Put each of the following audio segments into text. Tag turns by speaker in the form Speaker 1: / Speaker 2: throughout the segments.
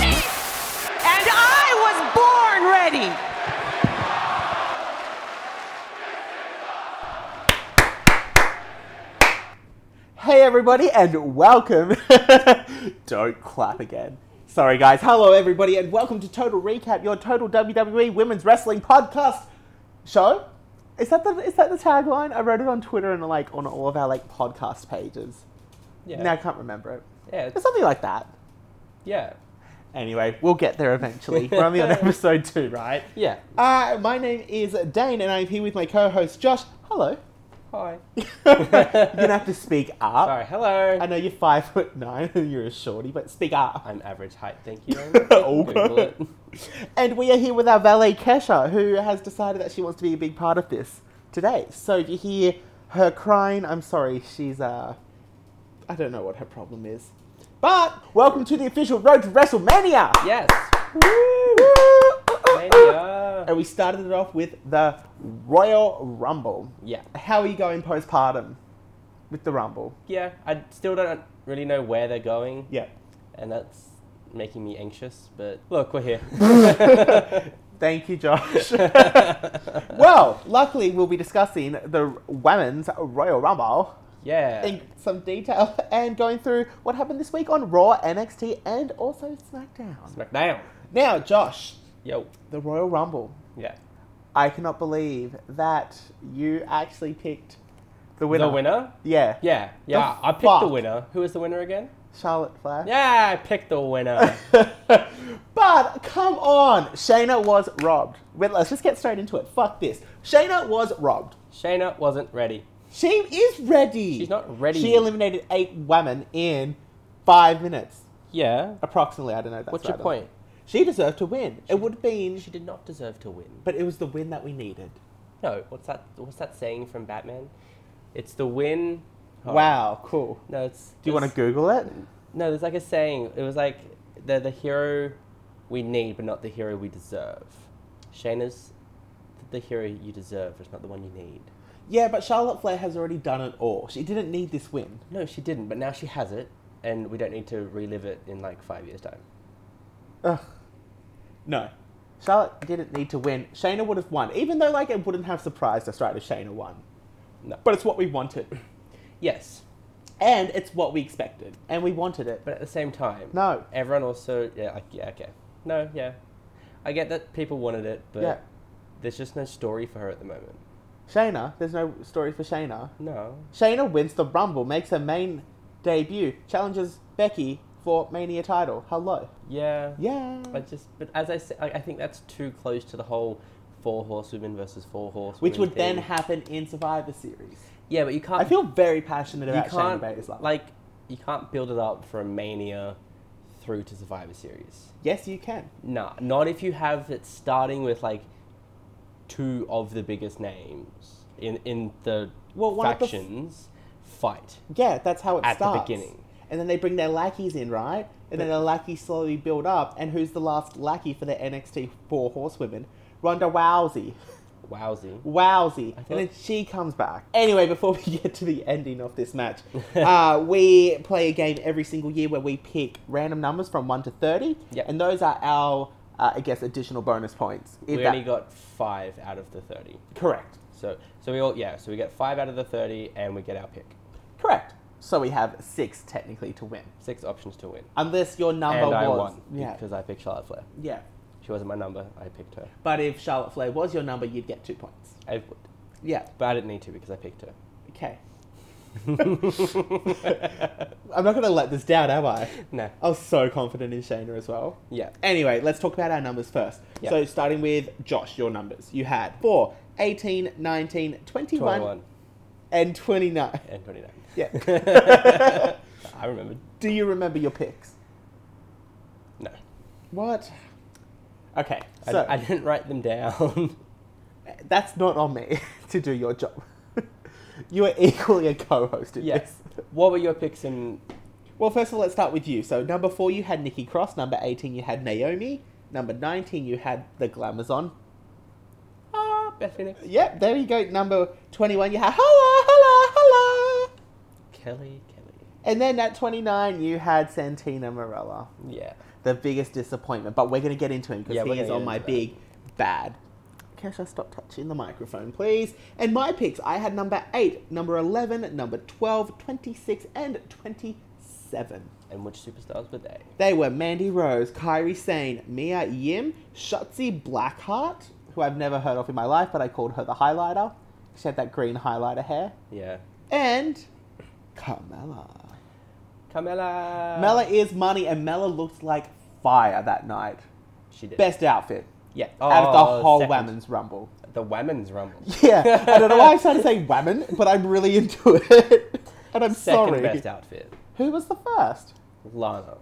Speaker 1: And I was born ready.
Speaker 2: Hey everybody and welcome. Don't clap again. Sorry guys. Hello everybody and welcome to Total Recap, your total WWE Women's Wrestling podcast show. Is that the is that the tagline? I wrote it on Twitter and like on all of our like podcast pages.
Speaker 3: Yeah.
Speaker 2: Now I can't remember it.
Speaker 3: yeah.
Speaker 2: It's something like that.
Speaker 3: Yeah.
Speaker 2: Anyway, we'll get there eventually. We're only on episode two, right?
Speaker 3: Yeah.
Speaker 2: Uh, my name is Dane and I'm here with my co-host Josh. Hello.
Speaker 3: Hi.
Speaker 2: You're gonna have to speak up.
Speaker 3: Sorry. Hello.
Speaker 2: I know you're five foot nine and you're a shorty, but speak up.
Speaker 3: I'm average height. Thank you. very much.
Speaker 2: Oh.
Speaker 3: Google it.
Speaker 2: And we are here with our valet Kesha, who has decided that she wants to be a big part of this today. So you hear her crying. I'm sorry, she's uh, I don't know what her problem is. But welcome to the official road to WrestleMania.
Speaker 3: Yes.
Speaker 2: Woo! Woo!
Speaker 3: Mania.
Speaker 2: And we started it off with the Royal Rumble.
Speaker 3: Yeah.
Speaker 2: How are you going postpartum with the Rumble?
Speaker 3: Yeah. I still don't really know where they're going.
Speaker 2: Yeah.
Speaker 3: And that's making me anxious. But look, we're here.
Speaker 2: Thank you, Josh. well, luckily we'll be discussing the Women's Royal Rumble
Speaker 3: yeah.
Speaker 2: in some detail and going through what happened this week on Raw, NXT, and also SmackDown.
Speaker 3: SmackDown.
Speaker 2: Now, Josh,
Speaker 3: Yo.
Speaker 2: the Royal Rumble.
Speaker 3: Yeah.
Speaker 2: I cannot believe that you actually picked the winner.
Speaker 3: The winner.
Speaker 2: Yeah.
Speaker 3: Yeah. Yeah. I picked the
Speaker 2: fuck?
Speaker 3: winner. Who is the winner again?
Speaker 2: Charlotte Flair.
Speaker 3: Yeah, I picked the winner.
Speaker 2: but come on, Shayna was robbed. Wait, let's just get straight into it. Fuck this. Shayna was robbed.
Speaker 3: Shayna wasn't ready.
Speaker 2: She is ready.
Speaker 3: She's not ready.
Speaker 2: She eliminated eight women in five minutes,
Speaker 3: Yeah.
Speaker 2: approximately. I don't know. That's
Speaker 3: What's your
Speaker 2: right.
Speaker 3: point?
Speaker 2: She deserved to win. It would have been,
Speaker 3: She did not deserve to win.
Speaker 2: but it was the win that we needed.
Speaker 3: No, what's that? What's that saying from Batman? It's the win. oh,
Speaker 2: Wow, cool.
Speaker 3: No, it's.
Speaker 2: Do you want to
Speaker 3: it's-
Speaker 2: Google it?
Speaker 3: No, there's like a saying. It was like they're the hero we need, but not the hero we deserve. Shayna's the hero you deserve, it's not the one you need.
Speaker 2: Yeah, but Charlotte Flair has already done it all. She didn't need this win.
Speaker 3: No, she didn't, but now she has it, and we don't need to relive it in like five years' time.
Speaker 2: Ugh. No. Charlotte didn't need to win. Shayna would have won, even though like it wouldn't have surprised us, right? If Shayna won,
Speaker 3: No.
Speaker 2: but it's what we wanted,
Speaker 3: Yes,
Speaker 2: and it's what we expected, and we wanted it.
Speaker 3: but at the same time,
Speaker 2: No.
Speaker 3: Everyone also, yeah, like, yeah, okay. No, yeah, I get that people wanted it, but
Speaker 2: Yeah.
Speaker 3: there's just no story for her at the moment.
Speaker 2: Shayna, there's no story for Shayna.
Speaker 3: No,
Speaker 2: Shayna wins the Rumble, makes her main debut, challenges Becky for Mania title. Hello.
Speaker 3: yeah,
Speaker 2: Yeah.
Speaker 3: I just, but as I said, I, I think that's too close to the whole four horsewomen versus four horsewomen.
Speaker 2: Which would then
Speaker 3: thing.
Speaker 2: happen in Survivor Series.
Speaker 3: Yeah, but you can't.
Speaker 2: I feel very passionate
Speaker 3: you
Speaker 2: about Shayna
Speaker 3: can't
Speaker 2: Baszler.
Speaker 3: like you can't build it up from Mania through to Survivor Series.
Speaker 2: yes, you can.
Speaker 3: Nah, not if you have it starting with like two of the biggest names in in the
Speaker 2: Well, one of the f-
Speaker 3: factions fight.
Speaker 2: Yeah, that's how it
Speaker 3: At the
Speaker 2: starts.
Speaker 3: beginning.
Speaker 2: And then they bring their lackeys in, right? And then
Speaker 3: But-
Speaker 2: the lackeys slowly build up. And who's the last lackey for the NXT Four Horsewomen? Ronda Rousey.
Speaker 3: Wowsy.
Speaker 2: Wowsy.
Speaker 3: thought-
Speaker 2: And then she comes back. Anyway, before we get to the ending of this match, uh, we play a game every single year where we pick random numbers from 1 to 30.
Speaker 3: Yep.
Speaker 2: And those are our, uh, I guess, additional bonus points. If
Speaker 3: We
Speaker 2: that-
Speaker 3: only got five out of the thirty.
Speaker 2: Correct.
Speaker 3: So so we all yeah, so we get five out of the thirty and we get our pick.
Speaker 2: Correct. So we have six technically to win.
Speaker 3: Six options to win.
Speaker 2: Unless your number
Speaker 3: and I
Speaker 2: was.
Speaker 3: won
Speaker 2: Yeah.
Speaker 3: because I picked Charlotte Flair.
Speaker 2: yeah.
Speaker 3: She wasn't my number. I picked her.
Speaker 2: But if Charlotte Flair was your number, you'd get two points.
Speaker 3: I, would-
Speaker 2: Yeah.
Speaker 3: but I didn't need to because I picked her.
Speaker 2: Okay. I'm not going to let this down, am I?
Speaker 3: No.
Speaker 2: I was so confident in Shayna as well.
Speaker 3: Yeah.
Speaker 2: Anyway, let's talk about our numbers first.
Speaker 3: Yeah.
Speaker 2: So, starting with Josh, your numbers. You had 4, 18, 19, 21,
Speaker 3: 21
Speaker 2: and 29.
Speaker 3: and 29.
Speaker 2: Yeah.
Speaker 3: I remembered.
Speaker 2: Do you remember your picks?
Speaker 3: No.
Speaker 2: What? Okay.
Speaker 3: I,
Speaker 2: So,
Speaker 3: I didn't write them down.
Speaker 2: That's not on me to do your job. you are equally a co-host in
Speaker 3: Yes.
Speaker 2: this.
Speaker 3: what were your picks in?
Speaker 2: Well, first of all, let's start with you. So, number four, you had Nikki Cross. Number 18, you had Naomi. Number 19, you had the Glamazon.
Speaker 3: Ah, Beth Phoenix,
Speaker 2: Yep, there you go. Number 21, you had Holla, Holla, Holla.
Speaker 3: Kelly, Kelly.
Speaker 2: And then at 29, you had Santina Morella.
Speaker 3: Yeah.
Speaker 2: The biggest disappointment. But we're going to get into him because
Speaker 3: Yeah, we're gonna
Speaker 2: he is
Speaker 3: get
Speaker 2: on
Speaker 3: into
Speaker 2: my
Speaker 3: that.
Speaker 2: big bad. Kesha, stop touching the microphone, please. And my picks, I had number 8, number 11, number 12, 26, and 27.
Speaker 3: And which superstars were they?
Speaker 2: They were Mandy Rose, Kyrie Sane, Mia Yim, Shotzi Blackheart, who I've never heard of in my life, but I called her the highlighter. She had that green highlighter hair.
Speaker 3: Yeah.
Speaker 2: And Carmella.
Speaker 3: Carmella.
Speaker 2: Mella is money, and Mella looked like fire that night.
Speaker 3: She did.
Speaker 2: Best outfit
Speaker 3: Yeah.
Speaker 2: out of the
Speaker 3: Oh,
Speaker 2: whole
Speaker 3: second.
Speaker 2: women's rumble.
Speaker 3: The women's rumble.
Speaker 2: Yeah, I don't know why I started saying women, but I'm really into it. And I'm
Speaker 3: Second
Speaker 2: sorry.
Speaker 3: best outfit.
Speaker 2: Who was the first?
Speaker 3: Lana.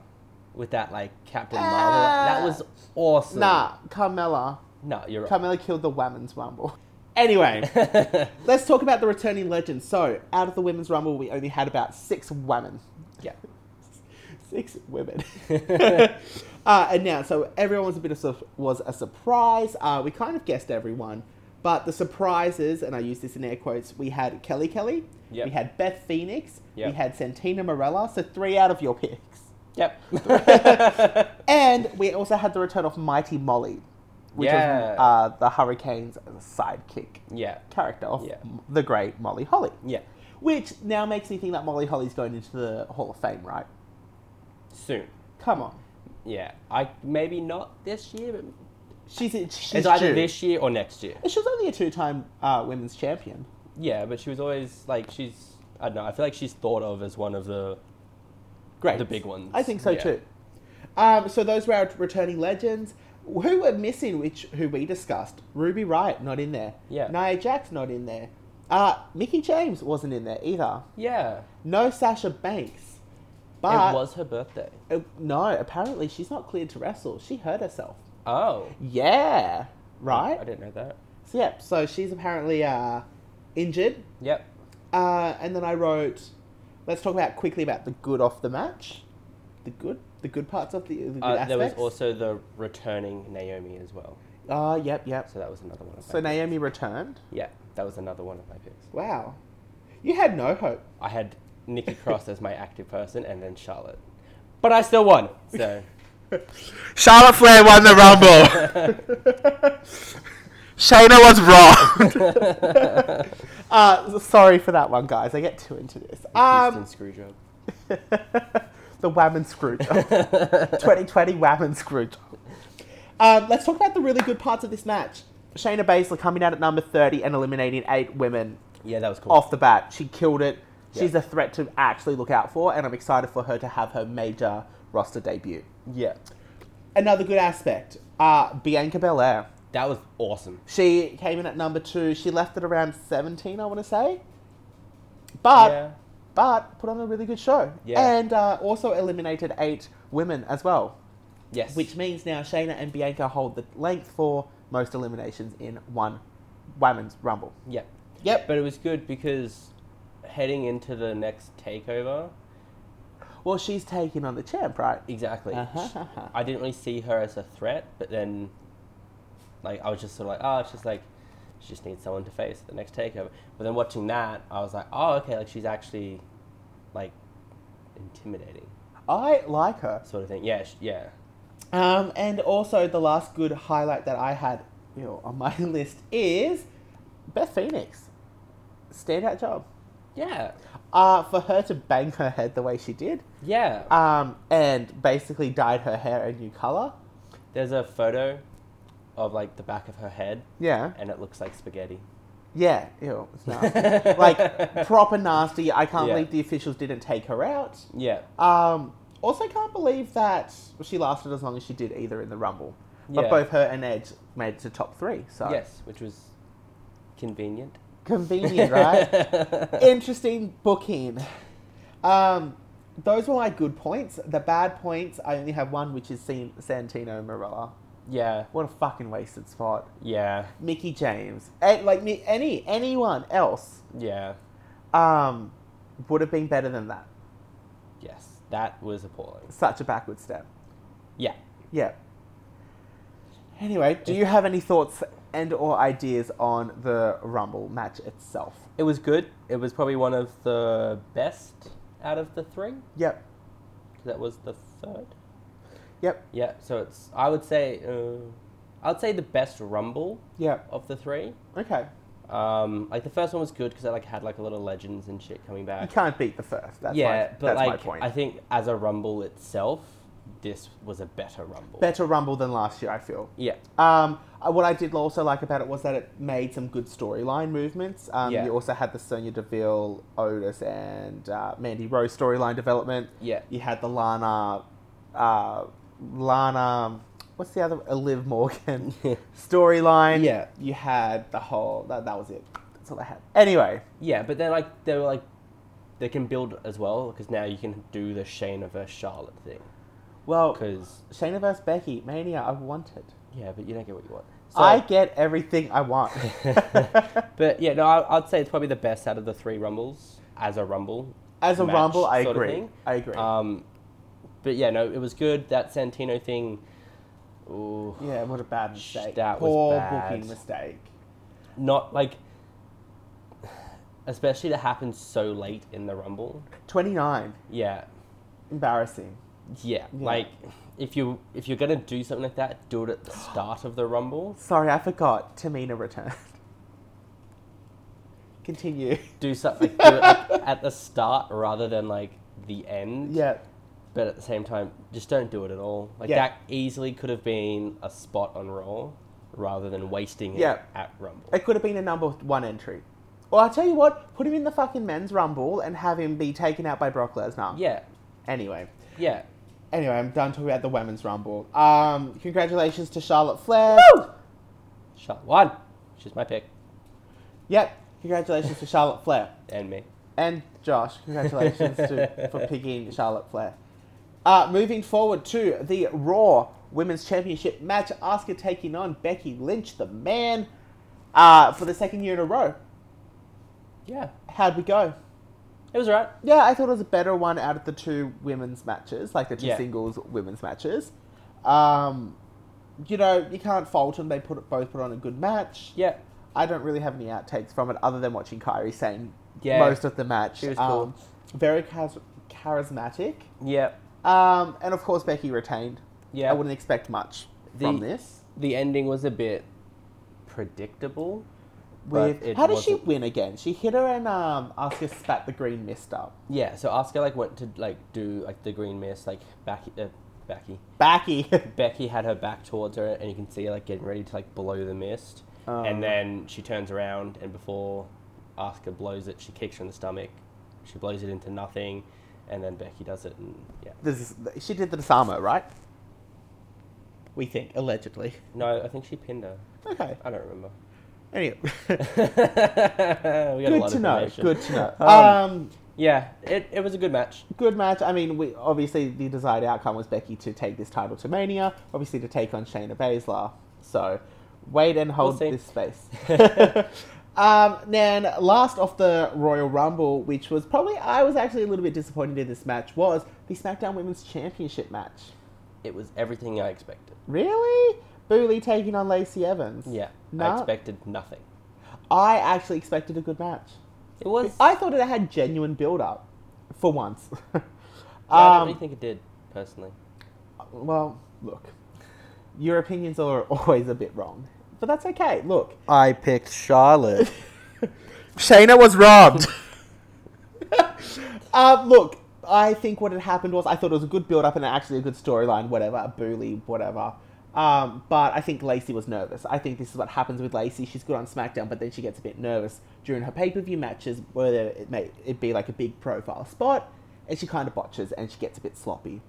Speaker 3: With that like Captain
Speaker 2: Ah.
Speaker 3: Marvel. That was awesome.
Speaker 2: Nah, Carmella.
Speaker 3: No, you're right.
Speaker 2: Carmella killed the women's rumble. Anyway, let's talk about the returning legends. So, out of the women's rumble, we only had about six women.
Speaker 3: yeah.
Speaker 2: Six women. uh, and now, so everyone was a bit of sur- was a surprise. Uh, we kind of guessed everyone, but the surprises, and I use this in air quotes, we had Kelly Kelly,
Speaker 3: Yep.
Speaker 2: we had Beth Phoenix, we
Speaker 3: Yep.
Speaker 2: had Santina Morella. So three out of your picks.
Speaker 3: Yep.
Speaker 2: And we also had the return of Mighty Molly, which
Speaker 3: Yeah.
Speaker 2: was uh, the Hurricanes' sidekick
Speaker 3: yeah.
Speaker 2: character of
Speaker 3: Yeah.
Speaker 2: m the great Molly Holly.
Speaker 3: Yeah.
Speaker 2: Which now makes me think that Molly Holly's going into the Hall of Fame, right?
Speaker 3: Soon.
Speaker 2: Come on.
Speaker 3: Yeah. I maybe not this year, but
Speaker 2: She's, she's
Speaker 3: it's either
Speaker 2: due.
Speaker 3: this year or next year.
Speaker 2: She was only a two time uh, women's champion.
Speaker 3: Yeah, but she was always like she's I don't know, I feel like she's thought of as one of the
Speaker 2: Great.
Speaker 3: The big ones,
Speaker 2: I think so
Speaker 3: yeah.
Speaker 2: too. Um, so those were our returning legends. Who were missing, which who we discussed? Ruby Riot, not in there.
Speaker 3: Yeah.
Speaker 2: Nia Jax, not in there. Uh, Mickey James wasn't in there either.
Speaker 3: Yeah.
Speaker 2: No Sasha Banks. But
Speaker 3: it was her birthday.
Speaker 2: Uh, no, apparently she's not cleared to wrestle. She hurt herself.
Speaker 3: Oh.
Speaker 2: Yeah. Right?
Speaker 3: I didn't know that.
Speaker 2: So, yeah, so she's apparently uh, injured.
Speaker 3: Yep.
Speaker 2: Uh, and then I wrote, let's talk about quickly about the good off the match. The good? The good parts of the, the good
Speaker 3: Uh,
Speaker 2: aspects?
Speaker 3: there was also the returning Naomi as well.
Speaker 2: Oh, yep, yep.
Speaker 3: So that was another one of my
Speaker 2: So
Speaker 3: picks.
Speaker 2: Naomi returned.
Speaker 3: Yeah, that was another one of my picks.
Speaker 2: Wow. You had no hope.
Speaker 3: I had Nikki Cross as my active person and then Charlotte. But I still won. So
Speaker 2: Charlotte Flair won the Rumble. Shayna was wrong. uh, sorry for that one, guys. I get too into this. Um,
Speaker 3: Houston Screwjob.
Speaker 2: the Wham and Scrooge. 2020 Wham and Scrooge. Um, let's talk about the really good parts of this match. Shayna Baszler coming out at number 30 and eliminating eight women
Speaker 3: Yeah, that was cool.
Speaker 2: off the bat. She killed it. She's
Speaker 3: Yeah.
Speaker 2: a threat to actually look out for, and I'm excited for her to have her major roster debut.
Speaker 3: Yeah.
Speaker 2: Another good aspect uh, Bianca Belair.
Speaker 3: That was awesome.
Speaker 2: She came in at number two. She left at around 17, I want to say. But
Speaker 3: yeah.
Speaker 2: but put on a really good show.
Speaker 3: Yeah.
Speaker 2: And uh, also eliminated eight women as well,
Speaker 3: Yes.
Speaker 2: which means now Shayna and Bianca hold the length for most eliminations in one women's rumble.
Speaker 3: Yeah.
Speaker 2: Yep.
Speaker 3: But it was good because heading into the next takeover,
Speaker 2: Well, she's taking on the champ, right?
Speaker 3: exactly.
Speaker 2: Uh-huh.
Speaker 3: I didn't really see her as a threat, but then, like, I was just sort of like, oh, it's just like, she just needs someone to face at the next takeover. But then watching that, I was like, oh, okay, like she's actually, like, intimidating
Speaker 2: I like her.
Speaker 3: sort of thing. Yeah, sh- yeah,
Speaker 2: Um, and also, the last good highlight that I had you know, on my list is Beth Phoenix. Standout job.
Speaker 3: yeah,
Speaker 2: Uh, for her to bang her head the way she did,
Speaker 3: yeah.
Speaker 2: um, and basically dyed her hair a new color.
Speaker 3: There's a photo of like the back of her head,
Speaker 2: Yeah.
Speaker 3: and it looks like spaghetti.
Speaker 2: Yeah, ew, it's nasty. like proper nasty. I can't
Speaker 3: Yeah.
Speaker 2: believe the officials didn't take her out.
Speaker 3: Yeah,
Speaker 2: Um, also, can't believe that she lasted as long as she did either in the Rumble. But
Speaker 3: Yeah.
Speaker 2: both her and Edge made it to top three. So
Speaker 3: yes, which was convenient.
Speaker 2: convenient, right? Interesting booking. Um, those were my good points. The bad points, I only have one, which is San- Santino Morella.
Speaker 3: Yeah.
Speaker 2: What a fucking wasted spot.
Speaker 3: Yeah.
Speaker 2: Mickey James, and, like me, any anyone else,
Speaker 3: Yeah.
Speaker 2: um, would have been better than that.
Speaker 3: Yes. That was appalling.
Speaker 2: Such a backward step.
Speaker 3: Yeah.
Speaker 2: Yeah. Anyway, do you have any thoughts and or ideas on the Rumble match itself?
Speaker 3: It was good. It was probably one of the best out of the three.
Speaker 2: Yep.
Speaker 3: That was the third.
Speaker 2: Yep.
Speaker 3: Yeah. So it's. I would say. Uh, I would say the best rumble
Speaker 2: Yep.
Speaker 3: of the three.
Speaker 2: Okay.
Speaker 3: Um, like the first one was good because I like had like a lot of legends and shit coming
Speaker 2: You
Speaker 3: back.
Speaker 2: can't beat the first. That's
Speaker 3: yeah,
Speaker 2: my,
Speaker 3: but
Speaker 2: that's
Speaker 3: like
Speaker 2: my point.
Speaker 3: I think as a rumble itself, this was a better rumble.
Speaker 2: Better Rumble than last year, I feel.
Speaker 3: Yeah.
Speaker 2: Um, uh, what I did also like about it was that it made some good storyline movements. Um,
Speaker 3: Yeah.
Speaker 2: You also had the Sonya Deville, Otis, and uh, Mandy Rose storyline development.
Speaker 3: Yeah.
Speaker 2: You had the Lana, uh, Lana, what's the other? uh, Liv Morgan storyline.
Speaker 3: Yeah.
Speaker 2: You had the whole. That, that was it. That's all I had. Anyway.
Speaker 3: Yeah, but then like they were like they can build as well because now you can do the Shayna versus Charlotte thing
Speaker 2: Well,
Speaker 3: because
Speaker 2: Shayna vs Becky Mania. I wanted.
Speaker 3: yeah, but you don't get what you want.
Speaker 2: I get everything I want.
Speaker 3: but yeah, no, I, I'd say it's probably the best out of the three rumbles as a rumble.
Speaker 2: As a
Speaker 3: match
Speaker 2: rumble, I
Speaker 3: sort of
Speaker 2: agree.
Speaker 3: thing.
Speaker 2: I agree.
Speaker 3: Um, but yeah, no, it was good. That Santino thing. Ooh,
Speaker 2: Yeah, what a bad mistake.
Speaker 3: that was
Speaker 2: Poor
Speaker 3: bad.
Speaker 2: booking mistake.
Speaker 3: not like, especially that happened so late in the rumble.
Speaker 2: 29.
Speaker 3: Yeah, yeah.
Speaker 2: Embarrassing. Yeah.
Speaker 3: Like, if you if you're gonna do something like that, do it at the start of the rumble.
Speaker 2: Sorry, I forgot. Tamina returned. Continue.
Speaker 3: Do something do it like, at the start rather than like the end.
Speaker 2: Yeah.
Speaker 3: But at the same time, just don't do it at all. Like
Speaker 2: Yeah.
Speaker 3: that easily could have been a spot on Raw, rather than wasting it
Speaker 2: Yeah.
Speaker 3: at Rumble.
Speaker 2: It could have been a number one entry. Or I'll tell you what, put him in the fucking men's rumble and have him be taken out by Brock Lesnar.
Speaker 3: yeah,
Speaker 2: Anyway.
Speaker 3: yeah.
Speaker 2: Anyway, I'm done talking about the women's rumble. Um, congratulations to Charlotte Flair.
Speaker 3: Shot one. She's my pick
Speaker 2: Yep. Congratulations to Charlotte Flair.
Speaker 3: and me.
Speaker 2: And Josh, congratulations to, for picking Charlotte Flair. Uh, moving forward to the Raw Women's Championship match, Asuka taking on Becky Lynch, the man, uh, for the second year in a row.
Speaker 3: Yeah,
Speaker 2: How'd we go?
Speaker 3: it was alright.
Speaker 2: Yeah, I thought it was a better one out of the two women's matches, like the two
Speaker 3: Yeah.
Speaker 2: singles women's matches. Um, you know, you can't fault them. They put both put on a good match.
Speaker 3: Yeah,
Speaker 2: I don't really have any outtakes from it other than watching Kyrie saying
Speaker 3: Yeah.
Speaker 2: most of the match.
Speaker 3: She was
Speaker 2: Um, very chas- charismatic.
Speaker 3: yeah.
Speaker 2: Um, and of course, Becky retained.
Speaker 3: Yeah.
Speaker 2: I wouldn't expect much
Speaker 3: The-
Speaker 2: from this.
Speaker 3: The ending was a bit predictable. but
Speaker 2: With,
Speaker 3: it
Speaker 2: how did she
Speaker 3: wasn't-
Speaker 2: win again? She hit her and um, Asuka spat the green mist up.
Speaker 3: Yeah, so Asuka like went to like do like the green mist like Becky, uh, Becky.
Speaker 2: Backy.
Speaker 3: Becky had her back towards her, and you can see her like getting ready to like blow the mist.
Speaker 2: Oh.
Speaker 3: and then she turns around, and before Asuka blows it, she kicks her in the stomach. She blows it into nothing, and then Becky does it, and yeah.
Speaker 2: this is, she did the disarmer, right? We think, allegedly.
Speaker 3: No, I think she pinned her.
Speaker 2: Okay.
Speaker 3: I don't remember.
Speaker 2: Anyway.
Speaker 3: we got a
Speaker 2: good
Speaker 3: lot
Speaker 2: to
Speaker 3: of
Speaker 2: know.
Speaker 3: information.
Speaker 2: Good to know.
Speaker 3: Um,
Speaker 2: um,
Speaker 3: Yeah, it, it was a good match.
Speaker 2: good match. I mean, we obviously the desired outcome was Becky to take this title to Mania, obviously to take on Shayna Baszler. So wait and hold
Speaker 3: We'll see.
Speaker 2: this space. um, then last off the Royal Rumble, which was probably I was actually a little bit disappointed in this match, was the SmackDown Women's Championship match.
Speaker 3: It was everything I expected.
Speaker 2: Really? Booley taking on Lacey Evans.
Speaker 3: Yeah, I
Speaker 2: No.
Speaker 3: expected nothing.
Speaker 2: I actually expected a good match.
Speaker 3: It was. I,
Speaker 2: I thought it had genuine build up, for once.
Speaker 3: I don't
Speaker 2: Um,
Speaker 3: really think it did, personally.
Speaker 2: Well, look, your opinions are always a bit wrong, but that's okay. Look, I picked Charlotte. Shayna was robbed. uh, look, I think what had happened was I thought it was a good build up and actually a good storyline, whatever, bully, whatever. Um, but I think Lacey was nervous. I think this is what happens with Lacey. She's good on SmackDown, but then she gets a bit nervous during her pay per view matches, whether it may it be like a big profile spot, and she kind of botches and she gets a bit sloppy.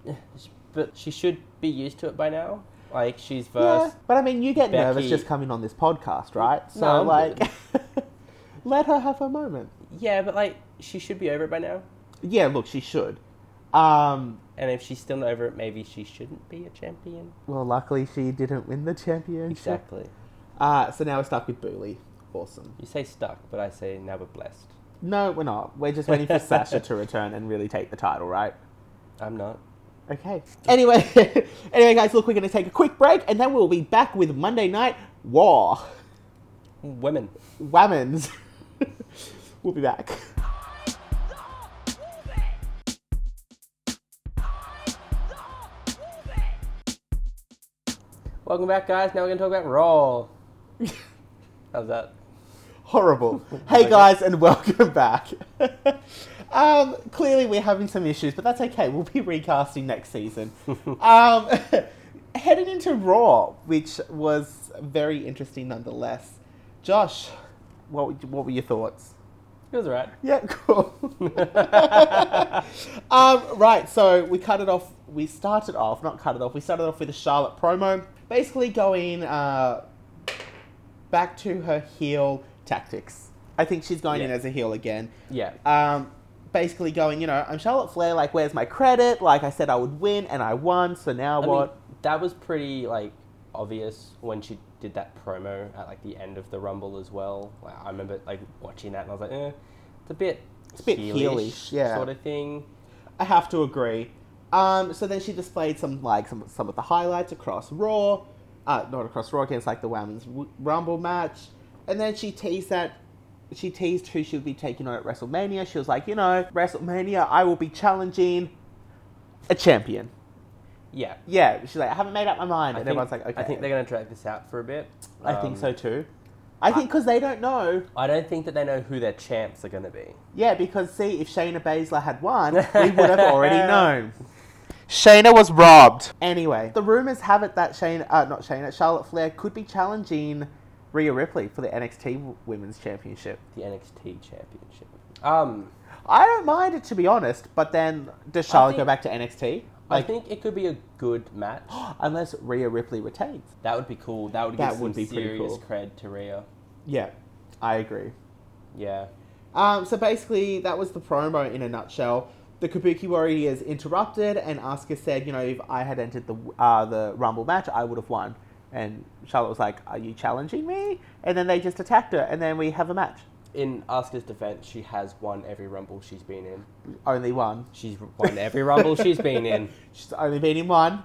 Speaker 3: But she should be used to it by now. Like, she's
Speaker 2: Yeah,
Speaker 3: versed.
Speaker 2: but I mean, you get
Speaker 3: Becky-
Speaker 2: nervous just coming on this podcast, right? So,
Speaker 3: No, I'm
Speaker 2: like, let her have her moment.
Speaker 3: Yeah, but like, she should be over it by now.
Speaker 2: Yeah, look, she should. Um,
Speaker 3: And if she's still not over it, maybe she shouldn't be a champion.
Speaker 2: well, luckily she didn't win the championship.
Speaker 3: Exactly.
Speaker 2: Uh, so now we're stuck with Booley. Awesome.
Speaker 3: You say stuck, but I say now we're blessed.
Speaker 2: No, we're not. We're just waiting for Sasha to return and really take the title, right?
Speaker 3: I'm not.
Speaker 2: Okay. Anyway, anyway, guys, look, we're going to take a quick break, and then we'll be back with Monday Night War.
Speaker 3: Women.
Speaker 2: Whammons. we'll be back.
Speaker 3: Welcome back, guys. Now we're gonna talk about Raw. How's that?
Speaker 2: Horrible. Hey
Speaker 3: Okay.
Speaker 2: guys, and welcome back. um, clearly, we're having some issues, but that's okay. We'll be recasting next season. um, heading into Raw, which was very interesting nonetheless. Josh, what, what were your thoughts?
Speaker 3: It was alright.
Speaker 2: Yeah, cool. um, right, so we cut it off. We started off, not cut it off. We started off with a Charlotte promo, basically going uh, back to her heel tactics. I think she's going in
Speaker 3: Yeah.
Speaker 2: as a heel again.
Speaker 3: Yeah.
Speaker 2: Um, basically going, you know, I'm Charlotte Flair. Like, where's my credit? Like I said, I would win, and I won. So now
Speaker 3: I mean,
Speaker 2: what?
Speaker 3: that was pretty like obvious when she did that promo at like the end of the Rumble as well. Like I remember like watching that and I was like, eh, it's a bit it's
Speaker 2: a bit heelish, yeah.
Speaker 3: sort of thing.
Speaker 2: I have to agree. Um, so then she displayed some like some some of the highlights across Raw, uh, not across Raw against like the Women's W- Rumble match, and then she teased that she teased who she would be taking on at WrestleMania. She was like, you know, WrestleMania, I will be challenging a champion.
Speaker 3: Yeah.
Speaker 2: Yeah, she's like, I haven't made up my mind,
Speaker 3: I
Speaker 2: and
Speaker 3: think-
Speaker 2: everyone's like, okay.
Speaker 3: I think they're gonna drag this out for a bit.
Speaker 2: I think
Speaker 3: Um,
Speaker 2: so too. I think because they don't know.
Speaker 3: I don't think that they know who their champs are gonna be.
Speaker 2: Yeah, because see, if Shayna Baszler had won, we would have already known. Shayna was robbed. Anyway, the rumors have it that Shayna, uh, not Shayna, Charlotte Flair could be challenging Rhea Ripley for the NXT Women's Championship.
Speaker 3: The NXT Championship. Um,
Speaker 2: I don't mind it to be honest, but then does Charlotte go
Speaker 3: think-
Speaker 2: back to NXT?
Speaker 3: I
Speaker 2: Like,
Speaker 3: think it could be a good match.
Speaker 2: unless Rhea Ripley retains.
Speaker 3: that would be cool. That would
Speaker 2: That
Speaker 3: give
Speaker 2: would
Speaker 3: some
Speaker 2: be pretty
Speaker 3: serious
Speaker 2: cool.
Speaker 3: cred to Rhea.
Speaker 2: Yeah, I agree.
Speaker 3: Yeah.
Speaker 2: Um, so basically, that was the promo in a nutshell. The Kabuki Warriors interrupted, and Asuka said, "You know, if I had entered the uh, the Rumble match, I would have won." And Charlotte was like, "Are you challenging me?" And then they just attacked her, and then we have a match.
Speaker 3: In Asuka's defense, she has won every Rumble she's been in.
Speaker 2: Only one.
Speaker 3: She's won every Rumble she's been in,
Speaker 2: She's only been in one.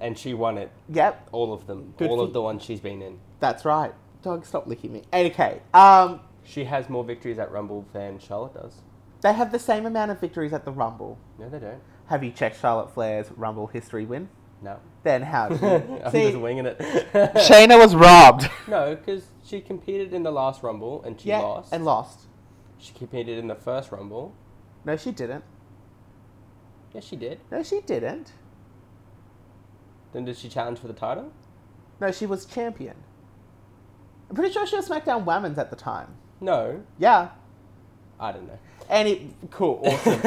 Speaker 3: and she won it.
Speaker 2: Yep,
Speaker 3: All of them.
Speaker 2: Good
Speaker 3: all
Speaker 2: for-
Speaker 3: of the ones she's been in.
Speaker 2: that's right. Dog, stop licking me. Okay. Um,
Speaker 3: She has more victories at Rumble than Charlotte does.
Speaker 2: they have the same amount of victories at the Rumble.
Speaker 3: No, they don't.
Speaker 2: Have you checked Charlotte Flair's Rumble history win?
Speaker 3: No.
Speaker 2: Then how? Do you
Speaker 3: I'm
Speaker 2: see?
Speaker 3: just winging it.
Speaker 2: Shayna was robbed.
Speaker 3: no, because she competed in the last Rumble and she
Speaker 2: yeah,
Speaker 3: lost.
Speaker 2: and lost.
Speaker 3: She competed in the first Rumble.
Speaker 2: No, she didn't.
Speaker 3: Yes, she did.
Speaker 2: No, she didn't.
Speaker 3: Then did she challenge for the title?
Speaker 2: No, she was champion. I'm pretty sure she was SmackDown Women's at the time.
Speaker 3: No.
Speaker 2: Yeah.
Speaker 3: I don't know.
Speaker 2: And it cool, awesome.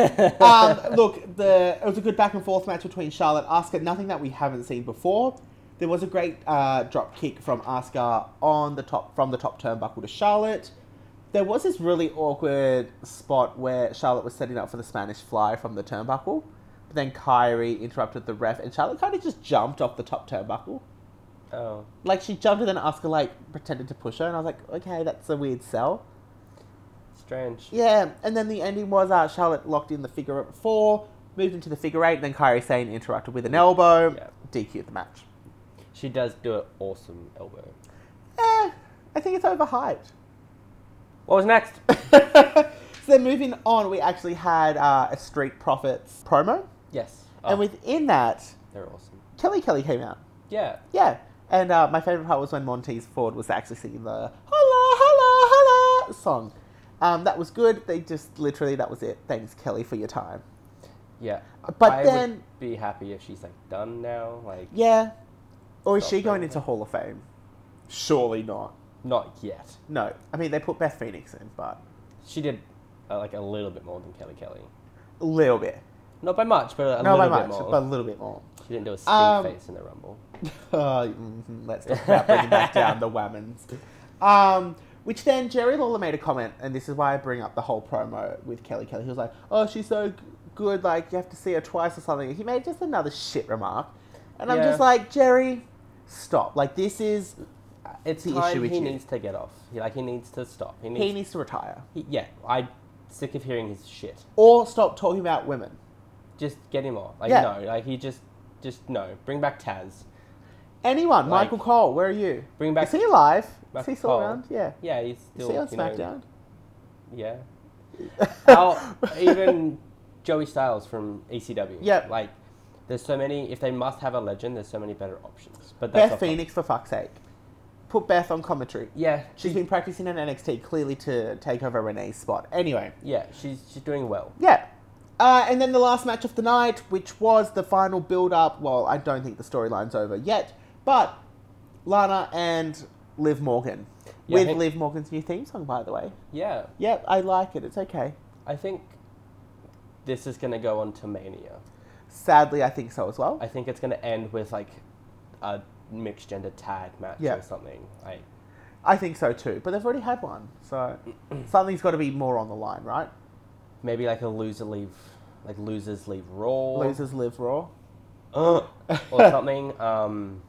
Speaker 2: um, look, the it was a good back and forth match between Charlotte Asuka. Nothing that we haven't seen before. There was a great uh, drop kick from Asuka on the top from the top turnbuckle to Charlotte. There was this really awkward spot where Charlotte was setting up for the Spanish Fly from the turnbuckle, but then Kyrie interrupted the ref, and Charlotte kind of just jumped off the top turnbuckle.
Speaker 3: Oh.
Speaker 2: Like she jumped and then Oscar like pretended to push her, and I was like, okay, that's a weird sell.
Speaker 3: Strange.
Speaker 2: Yeah, and then the ending was uh, Charlotte locked in the figure four, moved into the figure eight, and then Kyrie Sane interrupted with an elbow,
Speaker 3: Yeah.
Speaker 2: DQ'd the match.
Speaker 3: She does do an awesome elbow.
Speaker 2: Eh, I think it's overhyped.
Speaker 3: What was next?
Speaker 2: so then moving on, we actually had uh, a Street Profits promo,
Speaker 3: yes. Oh,
Speaker 2: and within that,
Speaker 3: they're awesome.
Speaker 2: Kelly Kelly came out.
Speaker 3: Yeah.
Speaker 2: Yeah. And uh, my favourite part was when Monty's Ford was actually singing the holla, holla, holla song. Um, that was good. They just literally, that was it. Thanks, Kelly, for your time.
Speaker 3: Yeah.
Speaker 2: Uh, But
Speaker 3: I
Speaker 2: then-
Speaker 3: would be happy if she's like done now. Like
Speaker 2: Yeah. Or is
Speaker 3: Stop
Speaker 2: she going
Speaker 3: doing
Speaker 2: into Hall of Fame? Surely not.
Speaker 3: not yet.
Speaker 2: No. I mean, they put Beth Phoenix in, but
Speaker 3: She did uh, like a little bit more than Kelly Kelly.
Speaker 2: a little bit.
Speaker 3: Not by much, but a
Speaker 2: Not by
Speaker 3: little
Speaker 2: much,
Speaker 3: bit more.
Speaker 2: but a little bit more.
Speaker 3: She didn't do a stink
Speaker 2: Um,
Speaker 3: face in the rumble.
Speaker 2: Uh, mhm, let's talk about bringing back down the Whammons. Um, which then Jerry Lawler made a comment, and this is why I bring up the whole promo with Kelly Kelly. He was like, "Oh, she's so g- good, like, you have to see her twice or something. He made just another shit remark. And I'm
Speaker 3: Yeah.
Speaker 2: just like, Jerry, stop. Like, this is.
Speaker 3: It's
Speaker 2: the
Speaker 3: time
Speaker 2: issue with
Speaker 3: he
Speaker 2: you.
Speaker 3: needs to get off. He, like he needs to stop. He needs.
Speaker 2: He needs to retire.
Speaker 3: he- yeah, I sick of hearing his shit.
Speaker 2: Or stop talking about women.
Speaker 3: Just get him off. Like
Speaker 2: Yeah.
Speaker 3: no, like he just, just no. Bring back Taz.
Speaker 2: Anyone.
Speaker 3: Like-
Speaker 2: Michael Cole, where are you?
Speaker 3: Bring back-
Speaker 2: Is he alive?
Speaker 3: Back
Speaker 2: Is he
Speaker 3: to
Speaker 2: still
Speaker 3: Cole.
Speaker 2: around? Yeah.
Speaker 3: Yeah, he's
Speaker 2: Is
Speaker 3: still.
Speaker 2: he on
Speaker 3: you know,
Speaker 2: SmackDown?
Speaker 3: Yeah. How even Joey Styles from ECW.
Speaker 2: Yep.
Speaker 3: Like, there's so many. If they must have a legend, there's so many better options. But that's
Speaker 2: Beth
Speaker 3: not fun.
Speaker 2: Phoenix, for fuck's sake. Put Beth on commentary.
Speaker 3: Yeah,
Speaker 2: She's been practicing in NXT clearly to take over Renee's spot. Anyway,
Speaker 3: Yeah, she's she's doing well.
Speaker 2: yeah. Uh, and then the last match of the night, which was the final build up. Well, I don't think the storyline's over yet, but Lana and Liv Morgan.
Speaker 3: Yeah, I
Speaker 2: with
Speaker 3: think-
Speaker 2: Liv Morgan's new theme song, by the way.
Speaker 3: Yeah,
Speaker 2: Yep, I like it. It's okay.
Speaker 3: I think this is gonna go on to Mania.
Speaker 2: Sadly, I think so as well.
Speaker 3: I think it's gonna end with like a mixed gender tag match
Speaker 2: Yeah.
Speaker 3: or something. Like,
Speaker 2: I think so too, but they've already had one, so something's got to be more on the line, right?
Speaker 3: maybe like a loser leave, like losers leave Raw,
Speaker 2: Losers live raw.
Speaker 3: Ugh, or something. Um,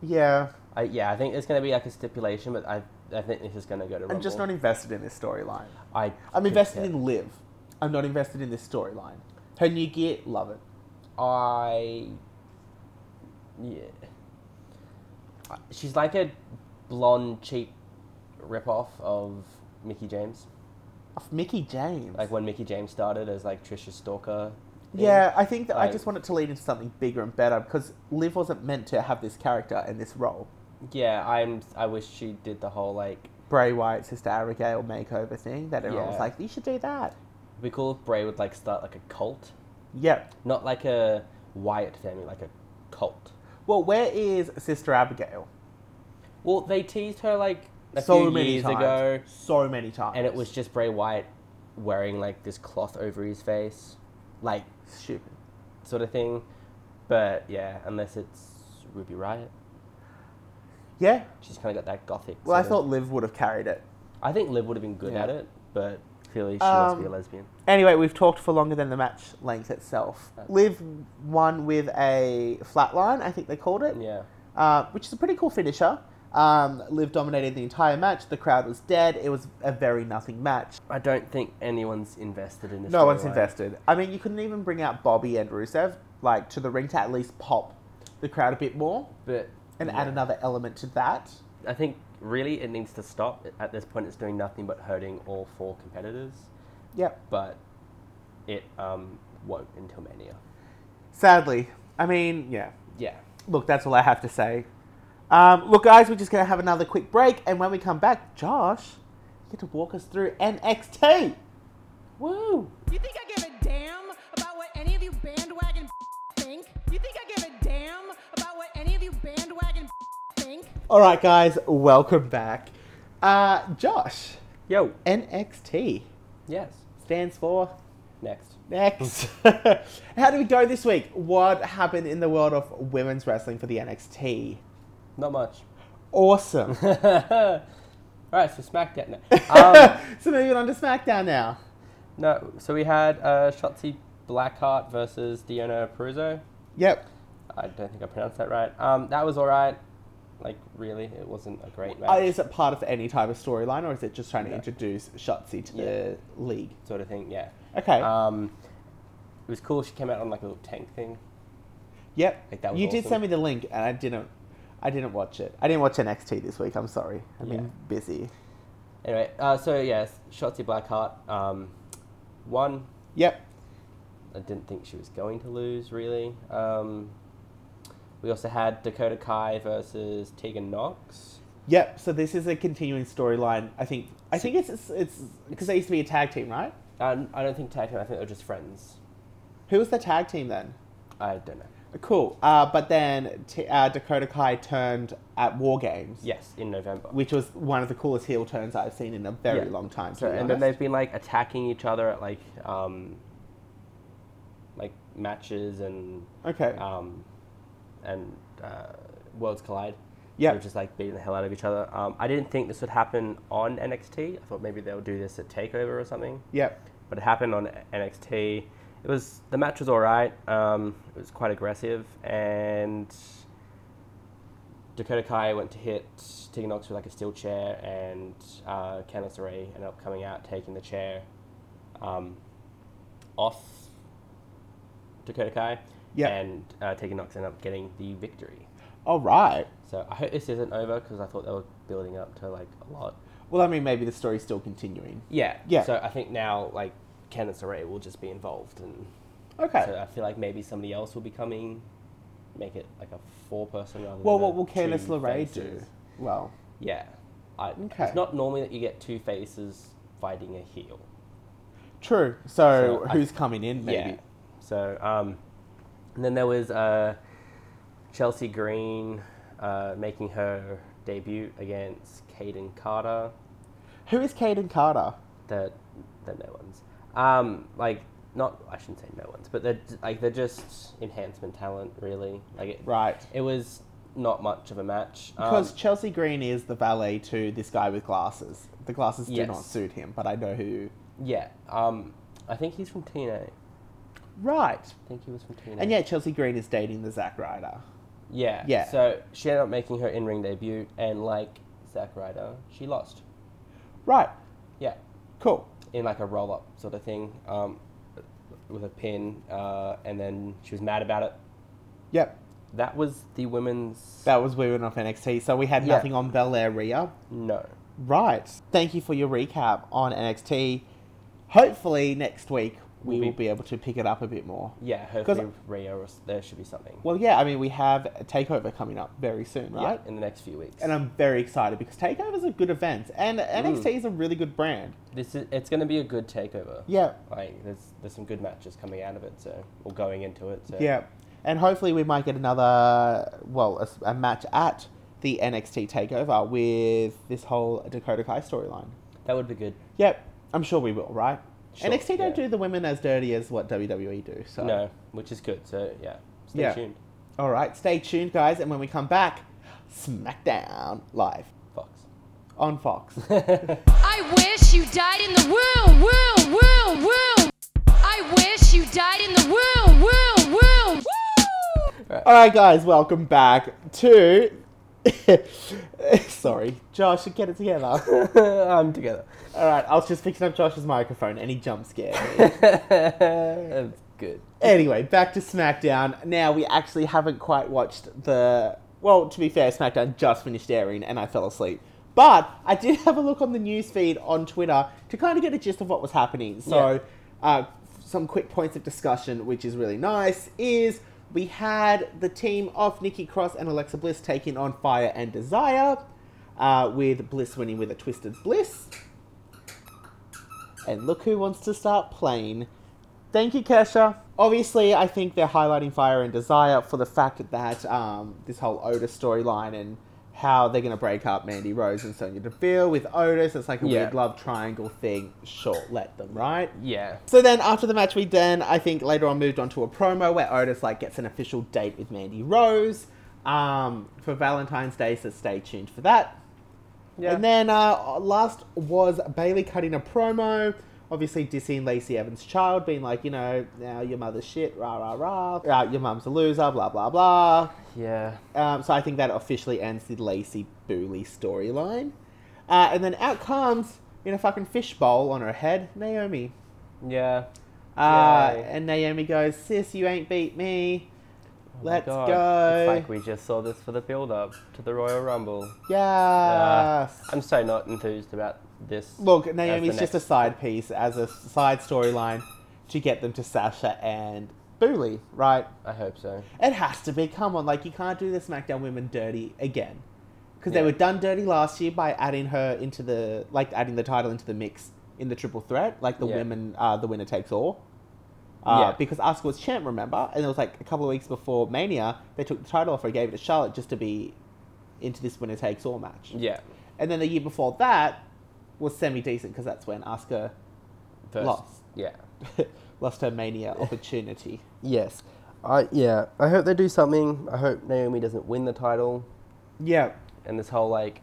Speaker 2: Yeah,
Speaker 3: I, yeah, I think it's gonna be like a stipulation, but I I think this is gonna go to.
Speaker 2: I'm just not
Speaker 3: Rumble.
Speaker 2: invested in this storyline.
Speaker 3: I
Speaker 2: I'm
Speaker 3: could
Speaker 2: invested
Speaker 3: care-
Speaker 2: in Liv. I'm not invested in this storyline. Her new gear, love it.
Speaker 3: I. Yeah. I- She's like a blonde, cheap ripoff of Mickey James.
Speaker 2: Of Mickey James.
Speaker 3: Like when Mickey James started as like Trisha Stalker. thing.
Speaker 2: yeah, I think that I
Speaker 3: like-
Speaker 2: just want it to lead into something bigger and better because Liv wasn't meant to have this character and this role.
Speaker 3: Yeah, I'm. I wish she did the whole like.
Speaker 2: Bray Wyatt, Sister Abigail makeover thing that everyone was
Speaker 3: Yeah.
Speaker 2: like, you should do that.
Speaker 3: It'd be cool if Bray would like start like a cult,
Speaker 2: Yep.
Speaker 3: not like a Wyatt family, like a cult.
Speaker 2: Well, where is Sister Abigail?
Speaker 3: Well, they teased her like a
Speaker 2: so
Speaker 3: few
Speaker 2: many
Speaker 3: years
Speaker 2: times.
Speaker 3: ago,
Speaker 2: So many times.
Speaker 3: and it was just Bray Wyatt wearing like this cloth over his face, like
Speaker 2: stupid.
Speaker 3: sort of thing. But yeah, unless it's Ruby Riot,
Speaker 2: Yeah.
Speaker 3: she's kind of got that gothic.
Speaker 2: Well, I
Speaker 3: sort
Speaker 2: thought Liv would have carried it.
Speaker 3: of- I think Liv would have been good
Speaker 2: Yeah.
Speaker 3: at it, but clearly she must be a
Speaker 2: Um,
Speaker 3: lesbian.
Speaker 2: Anyway, we've talked for longer than the match length itself.
Speaker 3: That's-
Speaker 2: Liv won with a flatline, I think they called it,
Speaker 3: Yeah,
Speaker 2: uh, which is a pretty cool finisher. Um, Liv dominated the entire match. The crowd was dead. It was a very nothing match.
Speaker 3: I don't think anyone's invested in this.
Speaker 2: No one's
Speaker 3: storyline.
Speaker 2: invested. I mean, you couldn't even bring out Bobby and Rusev like to the ring to at least pop the crowd a bit more
Speaker 3: but
Speaker 2: and
Speaker 3: yeah.
Speaker 2: add another element to that.
Speaker 3: I think really it needs to stop. At this point, it's doing nothing but hurting all four competitors,
Speaker 2: Yep.
Speaker 3: but it um, won't until Mania.
Speaker 2: Sadly, I mean, yeah.
Speaker 3: Yeah,
Speaker 2: Look, that's all I have to say. Um, look, guys, we're just going to have another quick break, and when we come back, Josh, you get to walk us through NXT. Woo!
Speaker 1: You think I give a damn about what any of you bandwagon think? You think I give a damn about what any of you bandwagon think?
Speaker 2: All right, guys, welcome back. Uh, Josh,
Speaker 3: yo,
Speaker 2: NXT
Speaker 3: yes,
Speaker 2: stands for
Speaker 3: next.
Speaker 2: next. How do we go this week? What happened in the world of women's wrestling for the NXT?
Speaker 3: Not much.
Speaker 2: Awesome.
Speaker 3: All right, so SmackDown. Um,
Speaker 2: so moving on to SmackDown now.
Speaker 3: No, so we had uh, Shotzi Blackheart versus Diona Peruzzo.
Speaker 2: Yep.
Speaker 3: I don't think I pronounced that right. Um, that was all right. Like, really, it wasn't a great match,
Speaker 2: Uh, is it part of any type of storyline, or is it just trying to
Speaker 3: No.
Speaker 2: introduce Shotzi to the league?
Speaker 3: sort of thing. Yeah.
Speaker 2: Okay.
Speaker 3: Um, it was cool. She came out on like a little tank thing.
Speaker 2: yep.
Speaker 3: like, that was
Speaker 2: you did
Speaker 3: awesome.
Speaker 2: send me the link, and I didn't. I didn't watch it. I didn't watch NXT this week. I'm sorry. I've been
Speaker 3: Yeah.
Speaker 2: busy.
Speaker 3: Anyway, uh, so yes, Shotzi Blackheart um, won.
Speaker 2: Yep.
Speaker 3: I didn't think she was going to lose really. Um, we also had Dakota Kai versus Tegan Knox.
Speaker 2: Yep. So this is a continuing storyline. I think. I think it's it's- it's because they used to be a tag team, right?
Speaker 3: Um, I don't think tag team. I think they were just friends.
Speaker 2: Who was the tag team then?
Speaker 3: I don't know.
Speaker 2: Cool. Uh, but then t- uh, Dakota Kai turned at War Games.
Speaker 3: Yes, in November.
Speaker 2: Which was one of the coolest heel turns I've seen in a very
Speaker 3: Yeah.
Speaker 2: long time. to
Speaker 3: So,
Speaker 2: be
Speaker 3: and then
Speaker 2: honest.
Speaker 3: they've been like attacking each other at like um, like matches and
Speaker 2: Okay.
Speaker 3: um, and uh, worlds collide.
Speaker 2: Yeah.
Speaker 3: they're just like beating the hell out of each other. Um, I didn't think this would happen on NXT. I thought maybe they'll do this at Takeover or something,
Speaker 2: Yep.
Speaker 3: but it happened on NXT. it was the match was all right. Um, it was quite aggressive, and Dakota Kai went to hit Tegan Knox with like a steel chair, and uh, Candice LeRae ended up coming out taking the chair um, off Dakota Kai,
Speaker 2: Yeah.
Speaker 3: and uh, Tegan Knox ended up getting the victory.
Speaker 2: All right.
Speaker 3: So I hope this isn't over because I thought they were building up to like a lot.
Speaker 2: Well, I mean, maybe the story's still continuing.
Speaker 3: Yeah.
Speaker 2: Yeah.
Speaker 3: So I think now like Candice LeRae will just be involved and.
Speaker 2: Okay.
Speaker 3: So uh, I feel like maybe somebody else will be coming, make it like a four person rather
Speaker 2: well,
Speaker 3: than a
Speaker 2: what will Candice
Speaker 3: two
Speaker 2: LeRae do?
Speaker 3: faces.
Speaker 2: Well,
Speaker 3: Yeah. I,
Speaker 2: Okay.
Speaker 3: It's not normally that you get two faces fighting a heel.
Speaker 2: true. So,
Speaker 3: So I-
Speaker 2: who's coming in? Maybe.
Speaker 3: Yeah. So, um, and then there was uh, Chelsea Green uh, making her debut against Caden Carter.
Speaker 2: Who is Caden Carter?
Speaker 3: They're, they're no ones. Um, like, not, I shouldn't say no ones, but they're, j- like, they're just enhancement talent, really. Like, it,
Speaker 2: Right.
Speaker 3: It was not much of a match. Um,
Speaker 2: Because Chelsea Green is the valet to this guy with glasses. The glasses do
Speaker 3: Yes.
Speaker 2: not suit him, but I know who.
Speaker 3: yeah, um, I think he's from TNA.
Speaker 2: Right.
Speaker 3: I think he was from TNA.
Speaker 2: And yeah, Chelsea Green is dating the Zack Ryder.
Speaker 3: yeah,
Speaker 2: yeah.
Speaker 3: So she ended up making her in-ring debut, and like Zack Ryder, she lost.
Speaker 2: Right.
Speaker 3: Yeah,
Speaker 2: Cool.
Speaker 3: in like a roll-up sort of thing, um, with a pin, uh, and then she was mad about it.
Speaker 2: Yep.
Speaker 3: That was the women's.
Speaker 2: That was Women of NXT. So we had
Speaker 3: Yeah.
Speaker 2: nothing on Bel Air Rhea.
Speaker 3: no.
Speaker 2: Right. Thank you for your recap on NXT. Hopefully next week we
Speaker 3: We'll be-
Speaker 2: will be able to pick it up a bit more.
Speaker 3: Yeah,
Speaker 2: 'Cause-
Speaker 3: hopefully Rhea, or s- there should be something.
Speaker 2: Well, yeah, I mean, we have a takeover coming up very soon,
Speaker 3: Yeah,
Speaker 2: right?
Speaker 3: in the next few weeks.
Speaker 2: And I'm very excited because takeovers are good events, and
Speaker 3: Mm.
Speaker 2: NXT is a really good brand.
Speaker 3: this is it's going to be a good takeover.
Speaker 2: Yeah,
Speaker 3: Like there's there's some good matches coming out of it, so or going into it. So
Speaker 2: yeah, and hopefully we might get another well a s- a, match at the NXT takeover with this whole Dakota Kai storyline.
Speaker 3: that would be good.
Speaker 2: Yep, I'm sure we will, right?
Speaker 3: Sure,
Speaker 2: NXT don't
Speaker 3: yeah.
Speaker 2: do the women as dirty as what WWE do. So
Speaker 3: No, which is good. So yeah, stay
Speaker 2: Yeah.
Speaker 3: tuned.
Speaker 2: all right, stay tuned, guys, and when we come back, SmackDown live
Speaker 3: Fox.
Speaker 2: on Fox.
Speaker 4: I wish you died in the womb, womb, womb, womb. I wish you died in the womb, womb, womb. Woo!
Speaker 2: All right, guys, welcome back to. Sorry, Josh, get it together. All
Speaker 3: I'm together.
Speaker 2: right, I was just fixing up Josh's microphone and he jump scared me.
Speaker 3: That's good.
Speaker 2: anyway, back to SmackDown. Now, we actually haven't quite watched the. Well, to be fair, SmackDown just finished airing and I fell asleep. But I did have a look on the news feed on Twitter to kind of get a gist of what was happening. So, uh, some quick points of discussion, which is really nice, is we had the team of Nikki Cross and Alexa Bliss taking on Fire and Desire, uh, with Bliss winning with a Twisted Bliss. And look who wants to start playing. Thank you, Kesha. Obviously, I think they're highlighting Fire and Desire for the fact that um, this whole Otis storyline and how they're going to break up Mandy Rose and Sonya Deville with Otis. It's like a
Speaker 3: Yeah.
Speaker 2: weird love triangle thing. Sure, let them, right?
Speaker 3: Yeah.
Speaker 2: So then after the match we done, I think later on moved on to a promo where Otis like gets an official date with Mandy Rose um, for Valentine's Day, so stay tuned for that.
Speaker 3: Yeah.
Speaker 2: And then uh, last was Bailey cutting a promo, obviously dissing Lacey Evans' child, being like, you know, now your mother's shit, rah rah rah, uh, your mum's a loser, blah blah blah.
Speaker 3: Yeah.
Speaker 2: Um, so I think that officially ends the Lacey Booley storyline. Uh, and then out comes in a fucking fishbowl on her head, Naomi.
Speaker 3: Yeah. Oh
Speaker 2: Uh,
Speaker 3: Yay.
Speaker 2: and Naomi goes, "Sis, you ain't beat me.
Speaker 3: Oh my
Speaker 2: Let's
Speaker 3: God.
Speaker 2: go."
Speaker 3: It's like we just saw this for the build up to the Royal Rumble. Uh,
Speaker 2: yes.
Speaker 3: I'm so not enthused about this.
Speaker 2: Look,
Speaker 3: as
Speaker 2: Naomi's
Speaker 3: the
Speaker 2: just a
Speaker 3: next-
Speaker 2: side piece as a side storyline to get them to Sasha and Booley, right?
Speaker 3: I hope so.
Speaker 2: It has to be. Come on, like you can't do the SmackDown women dirty again because they
Speaker 3: Yeah.
Speaker 2: were done dirty last year by adding her into the like adding the title into the mix in the triple threat, like the
Speaker 3: Yeah.
Speaker 2: women, uh, the winner takes all. Uh,
Speaker 3: Yeah.
Speaker 2: Because Asuka was champ, remember? And it was like a couple of weeks before Mania, they took the title off her and gave it to Charlotte just to be into this winner takes all match.
Speaker 3: Yeah.
Speaker 2: And then the year before that was semi decent because that's when Asuka
Speaker 3: First.
Speaker 2: Lost.
Speaker 3: Yeah.
Speaker 2: lost her Mania opportunity.
Speaker 3: Yes. I yeah. I hope they do something. I hope Naomi doesn't win the title.
Speaker 2: Yeah.
Speaker 3: And this whole like,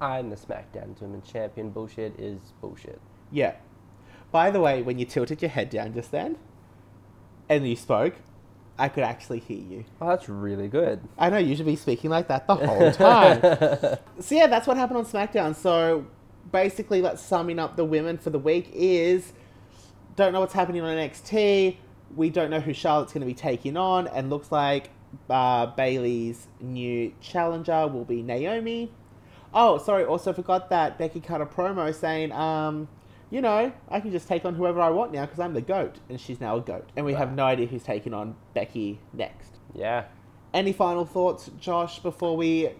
Speaker 3: I'm the SmackDown Women's Champion bullshit is bullshit.
Speaker 2: Yeah. By the way, when you tilted your head down just then, and you spoke, I could actually hear you.
Speaker 3: Oh, that's really good.
Speaker 2: I know you should be speaking like that the whole time. so yeah, that's what happened on SmackDown. So basically, like summing up the women for the week is don't know what's happening on NXT. We don't know who Charlotte's going to be taking on, and looks like uh, Bailey's new challenger will be Naomi. Oh, sorry, also forgot that Becky cut a promo saying, um, you know, I can just take on whoever I want now because I'm the goat, and she's now a goat, and we have no idea who's taking on Becky next.
Speaker 3: Yeah.
Speaker 2: Any final thoughts, Josh, before we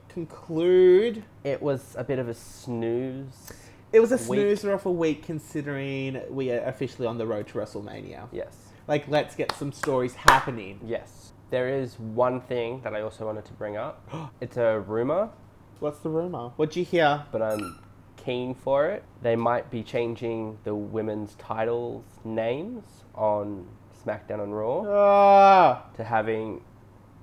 Speaker 2: conclude?
Speaker 3: It was a bit of a snooze.
Speaker 2: It was a
Speaker 3: Week.
Speaker 2: snoozer of a week considering we are officially on the road to WrestleMania.
Speaker 3: Yes.
Speaker 2: Like, let's get some stories happening.
Speaker 3: Yes. There is one thing that I also wanted to bring up. It's a rumor,
Speaker 2: What's the rumor? What'd you hear?
Speaker 3: but I'm keen for it. They might be changing the women's titles names on SmackDown and Raw
Speaker 2: Ah,
Speaker 3: to having,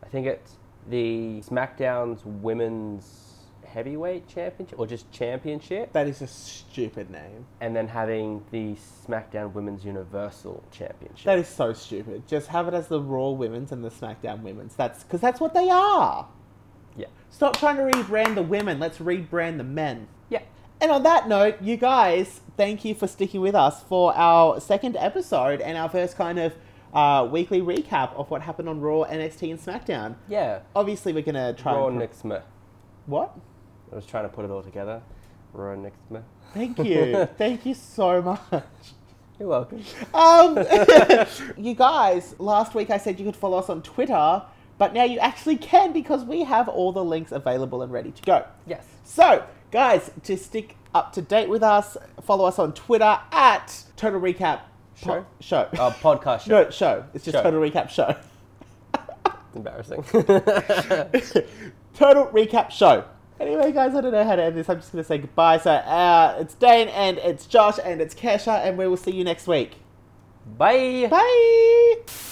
Speaker 3: I think it's the SmackDown's Women's Heavyweight Championship or just Championship,
Speaker 2: that is a stupid name.
Speaker 3: and then having the SmackDown Women's Universal Championship.
Speaker 2: That is so stupid. Just have it as the Raw Women's and the SmackDown Women's. That's because that's what they are.
Speaker 3: yeah.
Speaker 2: Stop trying to rebrand the women. Let's rebrand the men.
Speaker 3: Yeah.
Speaker 2: And on that note, you guys, thank you for sticking with us for our second episode and our first kind of uh, weekly recap of what happened on Raw, NXT, and SmackDown.
Speaker 3: Yeah.
Speaker 2: Obviously, we're gonna try.
Speaker 3: Raw
Speaker 2: and pro-
Speaker 3: Nick Smith.
Speaker 2: what?
Speaker 3: I was trying to put it all together. Raw Nick Smith.
Speaker 2: Thank you, thank you so much.
Speaker 3: You're welcome.
Speaker 2: Um, you guys, last week I said you could follow us on Twitter, but now you actually can because we have all the links available and ready to go.
Speaker 3: Yes.
Speaker 2: So, guys, to stick up to date with us, follow us on Twitter at Total Recap
Speaker 3: Show?
Speaker 2: Po- Show.
Speaker 3: Uh, podcast show.
Speaker 2: no, show. It's just
Speaker 3: Show.
Speaker 2: Total Recap Show.
Speaker 3: Embarrassing.
Speaker 2: Total Recap Show. Anyway, guys, I don't know how to end this. I'm just going to say goodbye. So, uh, it's Dane and it's Josh and it's Kesha, and we will see you next week.
Speaker 3: Bye.
Speaker 2: Bye.